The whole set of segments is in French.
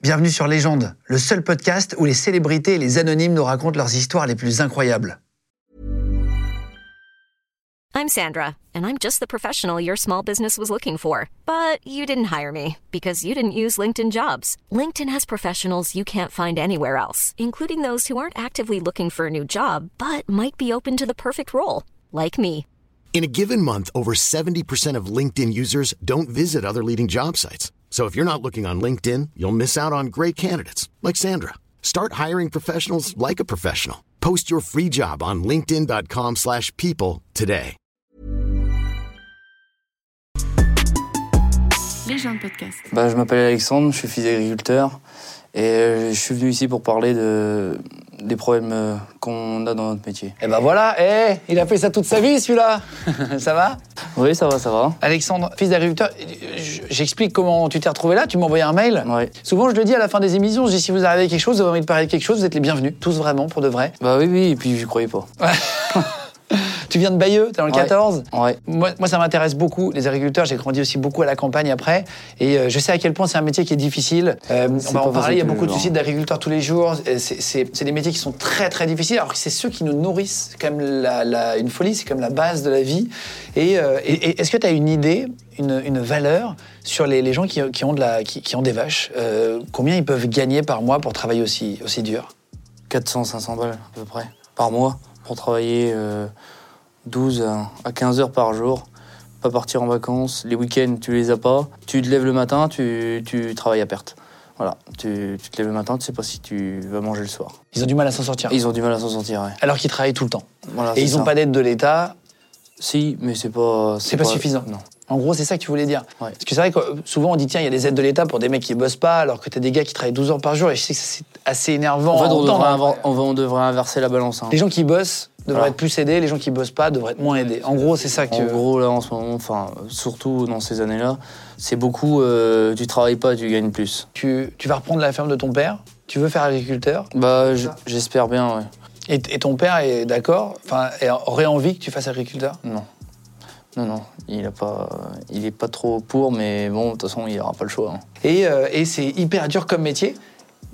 Bienvenue sur Légende, le seul podcast où les célébrités et les anonymes nous racontent leurs histoires les plus incroyables. I'm Sandra, and I'm just the professional your small business was looking for. But you didn't hire me because you didn't use LinkedIn jobs. LinkedIn has professionals you can't find anywhere else, including those who aren't actively looking for a new job but might be open to the perfect role, like me. In a given month, over 70% of LinkedIn users don't visit other leading job sites. So if you're not looking on LinkedIn, you'll miss out on great candidates like Sandra. Start hiring professionals like a professional. Post your free job on linkedin.com/people slash people today. Les gens de podcast. Bah, je m'appelle Alexandre, je suis fils d'agriculteur et euh, je suis venu ici pour parler de, des problèmes euh, qu'on a dans notre métier. Eh ben voilà, eh, il a fait ça toute sa vie celui-là. ça va Oui, ça va, ça va. Alexandre, fils d'agriculteur, j- j'explique comment tu t'es retrouvé là, tu m'as envoyé un mail. Ouais. Souvent je le dis à la fin des émissions, je dis si vous arrivez avec quelque chose, vous avez envie de parler de quelque chose, vous êtes les bienvenus, tous vraiment, pour de vrai. Bah oui, oui, et puis je croyais pas. Tu viens de Bayeux, t'es dans le Ouais. 14 Ouais. moi, moi, ça m'intéresse beaucoup, les agriculteurs. J'ai grandi aussi beaucoup à la campagne après. Et euh, je sais à quel point c'est un métier qui est difficile. Euh, on va pas en parler. Il y a facile hein. tous beaucoup les de jours. suicides d'agriculteurs tous les jours. Et c'est- C'est c'est des métiers qui sont très, très difficiles. Alors que c'est ceux qui nous nourrissent. C'est quand même la- la- une folie, c'est comme la base de la vie. Et, euh, et- et est-ce que tu as une idée, une, une valeur sur les, les gens qui, qui ont de la, qui, qui ont des vaches Euh, Combien ils peuvent gagner par mois pour travailler aussi, aussi dur 400, 500 balles à peu près par mois pour travailler euh, 12 à- à 15 heures par jour. Pas partir en vacances. Les week-ends, tu les as pas. Tu te lèves le matin, tu, tu travailles à perte. Voilà. Tu, tu te lèves le matin, tu sais pas si tu vas manger le soir. Ils ont du mal à s'en sortir. Ils ont du mal à s'en sortir, ouais. Alors qu'ils travaillent tout le temps. Voilà, et c'est ils n'ont ça. pas d'aide de l'État. Si, mais c'est pas. C'est pas suffisant. Non. En gros, c'est ça que tu voulais dire. Ouais. Parce que c'est vrai que euh, souvent on dit tiens, il y a des aides de l'État pour des mecs qui bossent pas, alors que t'as des gars qui travaillent 12 heures par jour, et je sais que c'est assez énervant. En fait, à on entendre, devrait, hein. inver- on va- on devrait inverser la balance. hein. Les gens qui bossent devraient Voilà. être plus aidés, les gens qui bossent pas devraient être moins aidés. En gros, c'est ça que. En gros, là, en ce moment, enfin, surtout dans ces années-là, c'est beaucoup euh, tu travailles pas, tu gagnes plus. Tu, tu vas reprendre la ferme de ton père, tu veux faire agriculteur, Bah, j- j'espère bien, ouais. et, et ton père est d'accord, enfin, et aurait envie que tu fasses agriculteur. Non. Non, non, il a pas, il est pas trop pour, mais bon, de toute façon, il aura pas le choix. hein. Et, euh, et c'est hyper dur comme métier.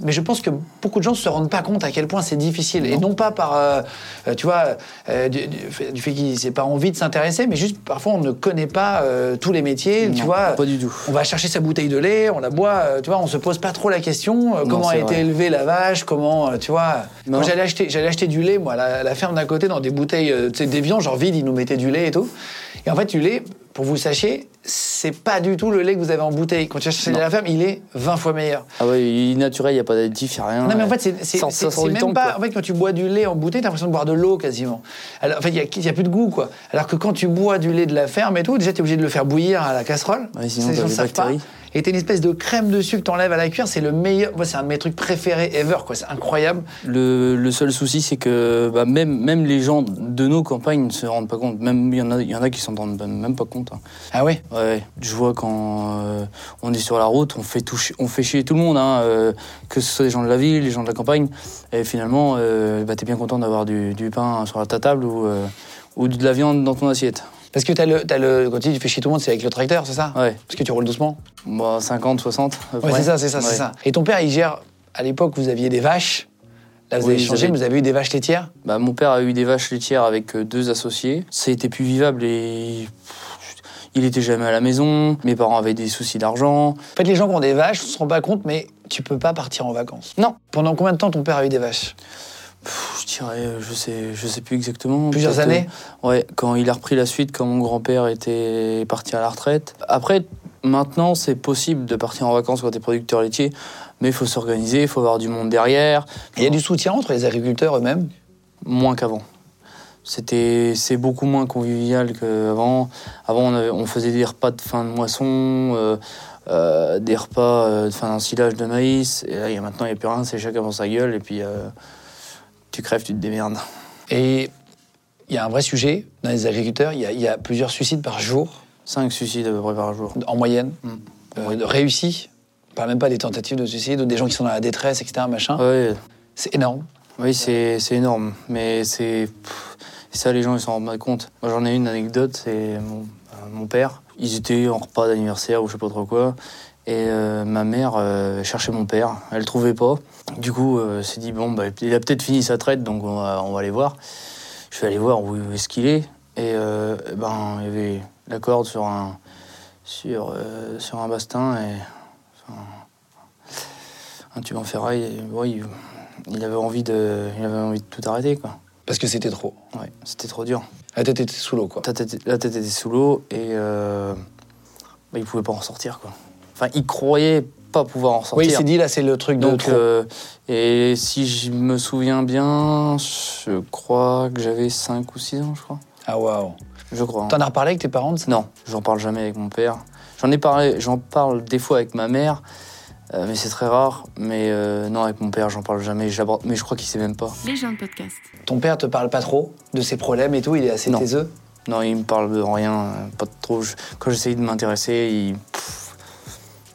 Mais je pense que beaucoup de gens ne se rendent pas compte à quel point c'est difficile. Et non pas par, euh, euh, tu vois, euh, du, du fait, du fait qu'ils n'aient pas envie de s'intéresser, mais juste parfois on ne connaît pas euh, tous les métiers, tu Non, vois. pas du tout. On va chercher sa bouteille de lait, on la boit, euh, tu vois, on se pose pas trop la question, euh, Non, comment a c'est été vrai. élevée la vache, comment, euh, tu vois. Non. Quand j'allais acheter, j'allais acheter du lait, moi, à la, à la ferme d'à côté, dans des bouteilles, euh, tu sais, d'évian, genre vide, ils nous mettaient du lait et tout. Et en fait, du lait, pour vous sachiez, c'est pas du tout le lait que vous avez en bouteille. Quand tu achètes Non. la ferme, il est 20 fois meilleur. Ah ouais, il est naturel, il n'y a pas d'additif, il n'y a rien. Non, mais en ouais. fait, c'est- c'est Ça- c'est- ça sort c'est du même temple, pas. quoi. En fait, quand tu bois du lait en bouteille, t'as l'impression de boire de l'eau quasiment. Alors, en fait, il n'y a, plus de goût, quoi. Alors que quand tu bois du lait de la ferme et tout, déjà, t'es obligé de le faire bouillir à la casserole. Ouais, sinon, Ça, t'as gens les savent pas. bactéries. Et t'as une espèce de crème dessus que t'enlèves à la cuire. C'est le meilleur. Moi, c'est un de mes trucs préférés ever, quoi. C'est incroyable. Le, le seul souci, c'est que bah, même, même les gens de nos campagnes ne se rendent pas compte. Même il y en a, il y en a qui s'en rendent même pas compte. hein. Ah ouais Ouais, je vois quand euh, on est sur la route, on fait, tout chi- on fait chier tout le monde, hein, euh, que ce soit les gens de la ville, les gens de la campagne. Et finalement, euh, bah, t'es bien content d'avoir du, du pain sur ta table ou, euh, ou de la viande dans ton assiette. Parce que t'as le, t'as le. Quand tu dis tu fais chier tout le monde, c'est avec le tracteur, c'est ça Ouais, Parce que tu roules doucement. bah, 50, 60. à peu Ouais, près. c'est ça, c'est ça, Ouais. c'est ça. Et ton père, il gère. À l'époque, vous aviez des vaches. Là, vous Oui, avez changé, j'avais- mais vous avez eu des vaches laitières. Bah, mon père a eu des vaches laitières avec euh, deux associés. C'était plus vivable et pff, il était jamais à la maison. Mes parents avaient des soucis d'argent. En fait, les gens qui ont des vaches ne se rendent pas compte, mais tu peux pas partir en vacances. Non. Pendant combien de temps ton père a eu des vaches Pff, Je dirais, euh, je sais, je sais plus exactement. Plusieurs Peut-être, années euh, Ouais, quand il a repris la suite, quand mon grand-père était parti à la retraite. Après, maintenant, c'est possible de partir en vacances quand t'es producteur laitier, mais il faut s'organiser, il faut avoir du monde derrière, Et Il y a du soutien entre les agriculteurs eux-mêmes. moins qu'avant. C'était, c'est beaucoup moins convivial qu'avant. Avant, on, avait- on faisait des repas de fin de moisson, euh, euh, des repas euh, de fin d'un silage de maïs. Et là, il y a maintenant, il n'y a plus rien, c'est chacun dans sa gueule, et puis euh, tu crèves, tu te démerdes. Et il y a un vrai sujet dans les agriculteurs. Il y a, il y a plusieurs suicides par jour, 5 suicides à peu près par jour. en moyenne, Mm. euh, de réussis. On parle même pas des tentatives de suicide ou des gens qui sont dans la détresse, etc. Machin. Ouais, C'est énorme. oui, c'est c'est énorme. Mais c'est. pff, Ça, les gens, ils s'en rendent pas compte. Moi, j'en ai une anecdote, c'est mon, euh, mon père. Ils étaient en repas d'anniversaire ou je sais pas trop quoi. Et euh, ma mère euh, cherchait mon père, elle le trouvait pas. Du coup, euh, elle s'est dit, bon, bah, il a peut-être fini sa traite, donc on va, on va aller voir. Je suis allé voir où, où est-ce qu'il est. Et euh, eh ben, il y avait la corde sur un, sur, euh, sur un bastin et enfin, un tube en ferraille. Et, ouais, il, il avait envie de, il avait envie de tout arrêter, quoi. Parce que c'était trop. Ouais, c'était trop dur. La tête était sous l'eau, quoi. Ta tête- la tête était sous l'eau et euh, bah, il pouvait pas en sortir quoi. Enfin, il croyait pas pouvoir en Oui, sortir. il s'est dit, là, c'est le truc de Donc, trop. euh, et si je me souviens bien, je crois que j'avais 5 ou 6 ans, je crois. Ah, waouh. Je crois. hein. T'en as reparlé avec tes parents de ça Non, j'en parle jamais avec mon père. J'en ai parlé, j'en parle des fois avec ma mère, euh, mais c'est très rare. Mais euh, non, avec mon père, j'en parle jamais. J'aborde- Mais je crois qu'il sait même pas. Les gens de podcast. Ton père te parle pas trop de ses problèmes et tout, il est assez Non. taiseux. Non, il me parle de rien, euh, pas de trop. Je- quand j'essaye de m'intéresser, il. pff,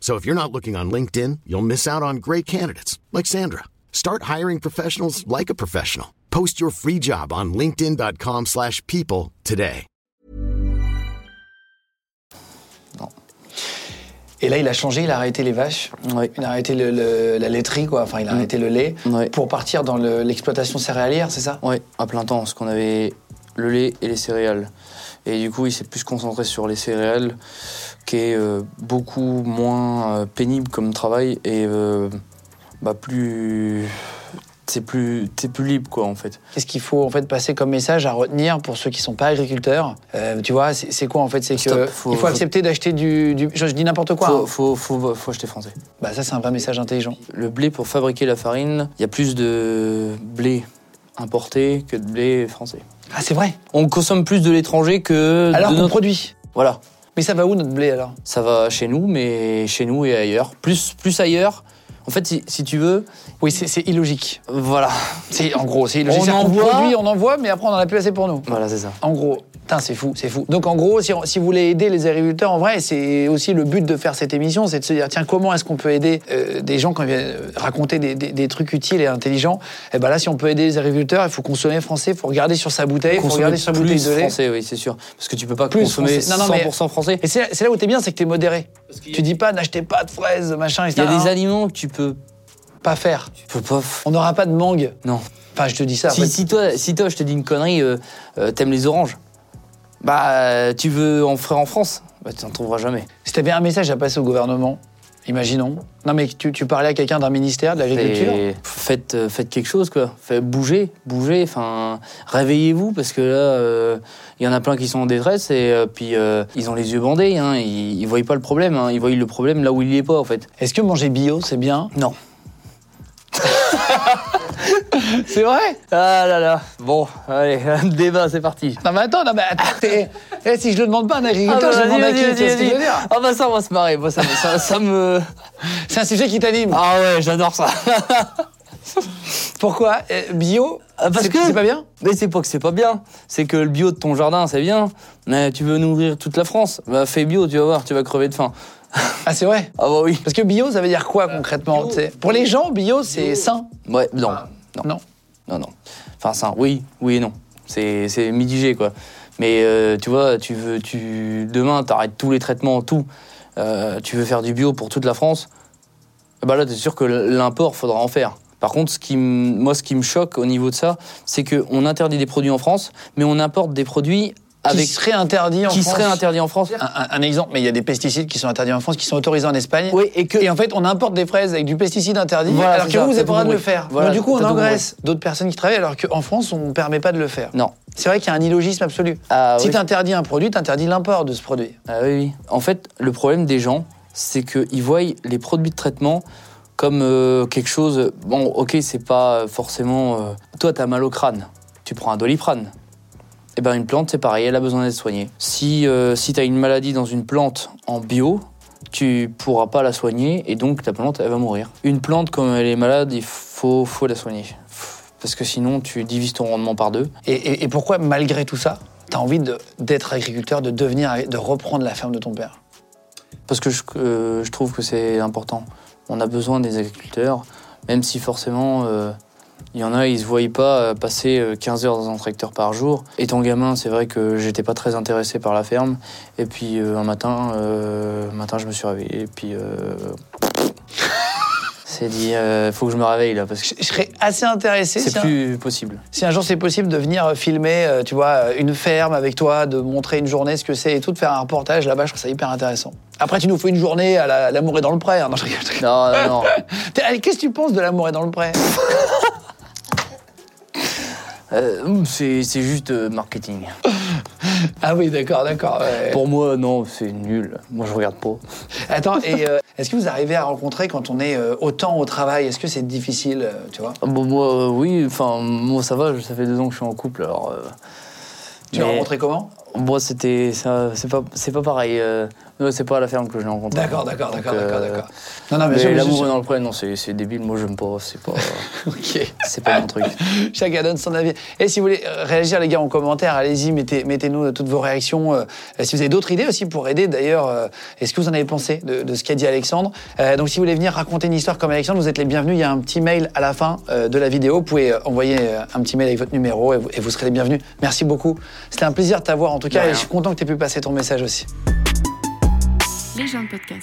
So if you're not looking on LinkedIn, you'll miss out on great candidates like Sandra. Start hiring professionals like a professional. Post your free job on linkedin.com/people slash people today. Et là, il a changé, il a arrêté les vaches, Ouais. il a arrêté le- le- la laiterie, quoi. Enfin, il Mm. a arrêté le lait Ouais. pour partir dans le- l'exploitation céréalière, c'est ça Ouais, à plein temps, parce qu'on avait le lait et les céréales. Et du coup, il s'est plus concentré sur les céréales, qui est euh, beaucoup moins euh, pénible comme travail et euh, bah, plus. T'es plus, t'es plus libre, quoi, en fait. Qu'est-ce qu'il faut en fait passer comme message à retenir pour ceux qui sont pas agriculteurs Euh, Tu vois, c'est c'est quoi en fait C'est que Stop, faut- il faut faut- accepter d'acheter du, du- Je, je dis n'importe quoi. Faut, hein. faut, faut, faut acheter français. Bah ça, c'est un vrai message intelligent. Le blé, pour fabriquer la farine, il y a plus de blé importé que de blé français. Ah, c'est vrai. On consomme plus de l'étranger que Alors de qu'on notre... produit. Voilà, Mais ça va où notre blé alors ça va chez nous, mais chez nous et ailleurs. Plus, plus ailleurs, en fait, si, si tu veux, Oui, c'est c'est illogique. voilà. C'est en gros, c'est illogique. On C'est-à-dire qu'on envoie- produit, on envoie, mais après on en a plus assez pour nous. Voilà, c'est ça. En gros, putain, c'est fou, c'est fou. Donc en gros, si, si vous voulez aider les agriculteurs, en vrai, c'est aussi le but de faire cette émission, c'est de se dire, tiens, comment est-ce qu'on peut aider euh, des gens quand ils viennent euh, raconter des, des- des trucs utiles et intelligents Et ben là, si on peut aider les agriculteurs, il faut consommer français, il faut regarder sur sa bouteille, il faut regarder sur sa plus bouteille de lait. français, oui, c'est sûr. Parce que tu peux pas Plus consommer français. Non, non, mais- 100% français. Et c'est là, c'est là où t'es bien, c'est que t'es modéré. Tu dis pas, n'achetez pas de fraises, machin, Il y etc. a des Hein, aliments que tu peux, Pas faire. tu peux pas... f- On n'aura pas de mangue. Non. Enfin, je te dis ça. Si, après- si toi, si toi, je te dis une connerie, euh, euh, t'aimes les oranges, bah, euh, tu veux en faire en France, bah, tu n'en trouveras jamais. Si t'avais un message à passer au gouvernement, imaginons. Non, mais tu, tu parlais à quelqu'un d'un ministère de l'agriculture. Et faites, euh, faites quelque chose, quoi. Faites, bougez, bougez, enfin, réveillez-vous, parce que là, euh, il y en a plein qui sont en détresse, et euh, puis euh, ils ont les yeux bandés, hein, ils, ils voient pas le problème, hein, ils voient le problème là où il n'y est pas, en fait. Est-ce que manger bio, c'est bien Non. C'est vrai Ah là là, bon, allez, débat, c'est parti. Non mais attends, non mais attends, t'es- eh, si je le demande pas à un agriculteur, je le demande à qui tu vois ce que je veux dire Ah bah ça, on va se marrer, moi, ça, me- ça- ça me... C'est un sujet qui t'anime. Ah ouais, j'adore ça. Pourquoi Eh, Bio Ah, parce c'est- que- C'est pas bien Mais c'est pas que c'est pas bien, c'est que le bio de ton jardin, c'est bien, mais tu veux nourrir toute la France, bah fais bio, tu vas voir, tu vas crever de faim. Ah c'est vrai Ah bah oui. Parce que bio, ça veut dire quoi concrètement Euh, bio- tu sais Pour les gens, bio, c'est sain. Ouais, non, Ah. non, Non. non, non. Enfin, ça, oui, oui et non. C'est c'est mitigé, quoi. Mais euh, tu vois, tu veux, tu demain, t'arrêtes tous les traitements, tout. Euh, tu veux faire du bio pour toute la France. Bah là, t'es sûr que l'import, faudra en faire. Par contre, ce qui m- moi, ce qui me choque au niveau de ça, c'est qu'on interdit des produits en France, mais on importe des produits Qui avec serait interdit en qui France seraient interdits en France. Un, un- un exemple, mais il y a des pesticides qui sont interdits en France, qui sont autorisés en Espagne. Oui, et que Et en fait, on importe des fraises avec du pesticide interdit, Voilà, alors c'est que ça, vous, vous t'as n'avez pas tout le droit de le compris. faire. Voilà, Donc, du coup, on t'as tout engraisse d'autres personnes qui travaillent, alors qu'en France, on ne permet pas de le faire. non. C'est vrai qu'il y a un illogisme absolu. Ah, si oui. tu interdis un produit, tu interdis l'import de ce produit. Ah oui, oui. En fait, le problème des gens, c'est qu'ils voient les produits de traitement comme euh, quelque chose. Bon, ok, c'est pas forcément. euh, Toi, t'as mal au crâne. Tu prends un doliprane. Eh ben, une plante, c'est pareil, elle a besoin d'être soignée. Si, euh, si t'as une maladie dans une plante en bio, tu pourras pas la soigner et donc ta plante, elle va mourir. Une plante, comme elle est malade, il faut, faut la soigner. Parce que sinon, tu divises ton rendement par deux. Et, et- et pourquoi, malgré tout ça, t'as envie de- d'être agriculteur, de devenir, de reprendre la ferme de ton père Parce que je, euh, je trouve que c'est important. On a besoin des agriculteurs, même si forcément, euh, il y en a, ils se voient pas euh, passer euh, 15 heures dans un tracteur par jour. Étant gamin, c'est vrai que j'étais pas très intéressé par la ferme. Et puis euh, un matin, euh, un matin, je me suis réveillé. Et puis. euh, c'est dit, euh, faut que je me réveille là, parce que Je, je serais assez intéressé si c'est un, plus possible. si un jour c'est possible de venir euh, filmer, euh, tu vois, euh, une ferme avec toi, de montrer une journée ce que c'est et tout, de faire un reportage là-bas, je trouve ça hyper intéressant. Après, tu nous fais une journée à la- l'amour est dans le pré. hein. Non, je rigole, je rigole. Non, non, non. T'es- allez, Qu'est-ce que tu penses de l'amour est dans le pré Euh, c'est c'est juste euh, marketing. Ah oui, d'accord, d'accord. ouais. Pour moi, non, c'est nul. Moi, je regarde pas. Attends, et euh, est-ce que vous arrivez à rencontrer quand on est euh, autant au travail Est-ce que c'est difficile, euh, tu vois Ah Bon, moi, euh, oui, enfin, moi, ça va, ça fait deux ans que je suis en couple, alors. euh, Tu l'as mais- rencontré comment Moi, c'était. ça- C'est pas, c'est pas pareil. euh, non, c'est pas à la ferme que je l'ai rencontré. D'accord, d'accord, Donc, d'accord, euh, d'accord, d'accord. Non, non, bien sûr, Mais bien sûr, l'amour bien dans le problème, non, c'est c'est débile, moi, j'aime pas. C'est pas, sûr. Ok. c'est pas mon truc. Chacun donne son avis. Et si vous voulez euh, réagir, les gars, en commentaire, allez-y, mettez, nous toutes vos réactions. euh, euh, si vous avez d'autres idées aussi pour aider, d'ailleurs, euh, est-ce que vous en avez pensé de, de ce qu'a dit Alexandre Euh, Donc, si vous voulez venir raconter une histoire comme Alexandre, vous êtes les bienvenus. Il y a un petit mail à la fin euh, de la vidéo. Vous pouvez euh, envoyer euh, un petit mail avec votre numéro et vous, et vous serez les bienvenus. Merci beaucoup. C'était un plaisir de t'avoir, en tout cas, rien. et je suis content que tu aies pu passer ton message aussi. Les gens de podcast.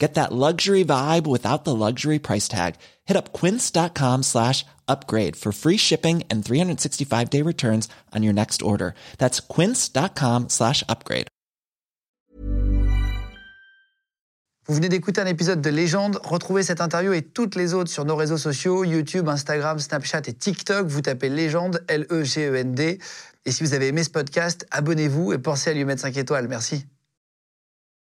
Get that luxury vibe without the luxury price tag. Hit up quince.com slash upgrade for free shipping and 365 day returns on your next order. That's quince.com slash upgrade. Vous venez d'écouter un épisode de Légende. Retrouvez cette interview et toutes les autres sur nos réseaux sociaux, YouTube, Instagram, Snapchat et TikTok. Vous tapez Légende, E L-E-G-E-N-D. Et si vous avez aimé ce podcast, abonnez-vous et pensez à lui mettre 5 étoiles. Merci.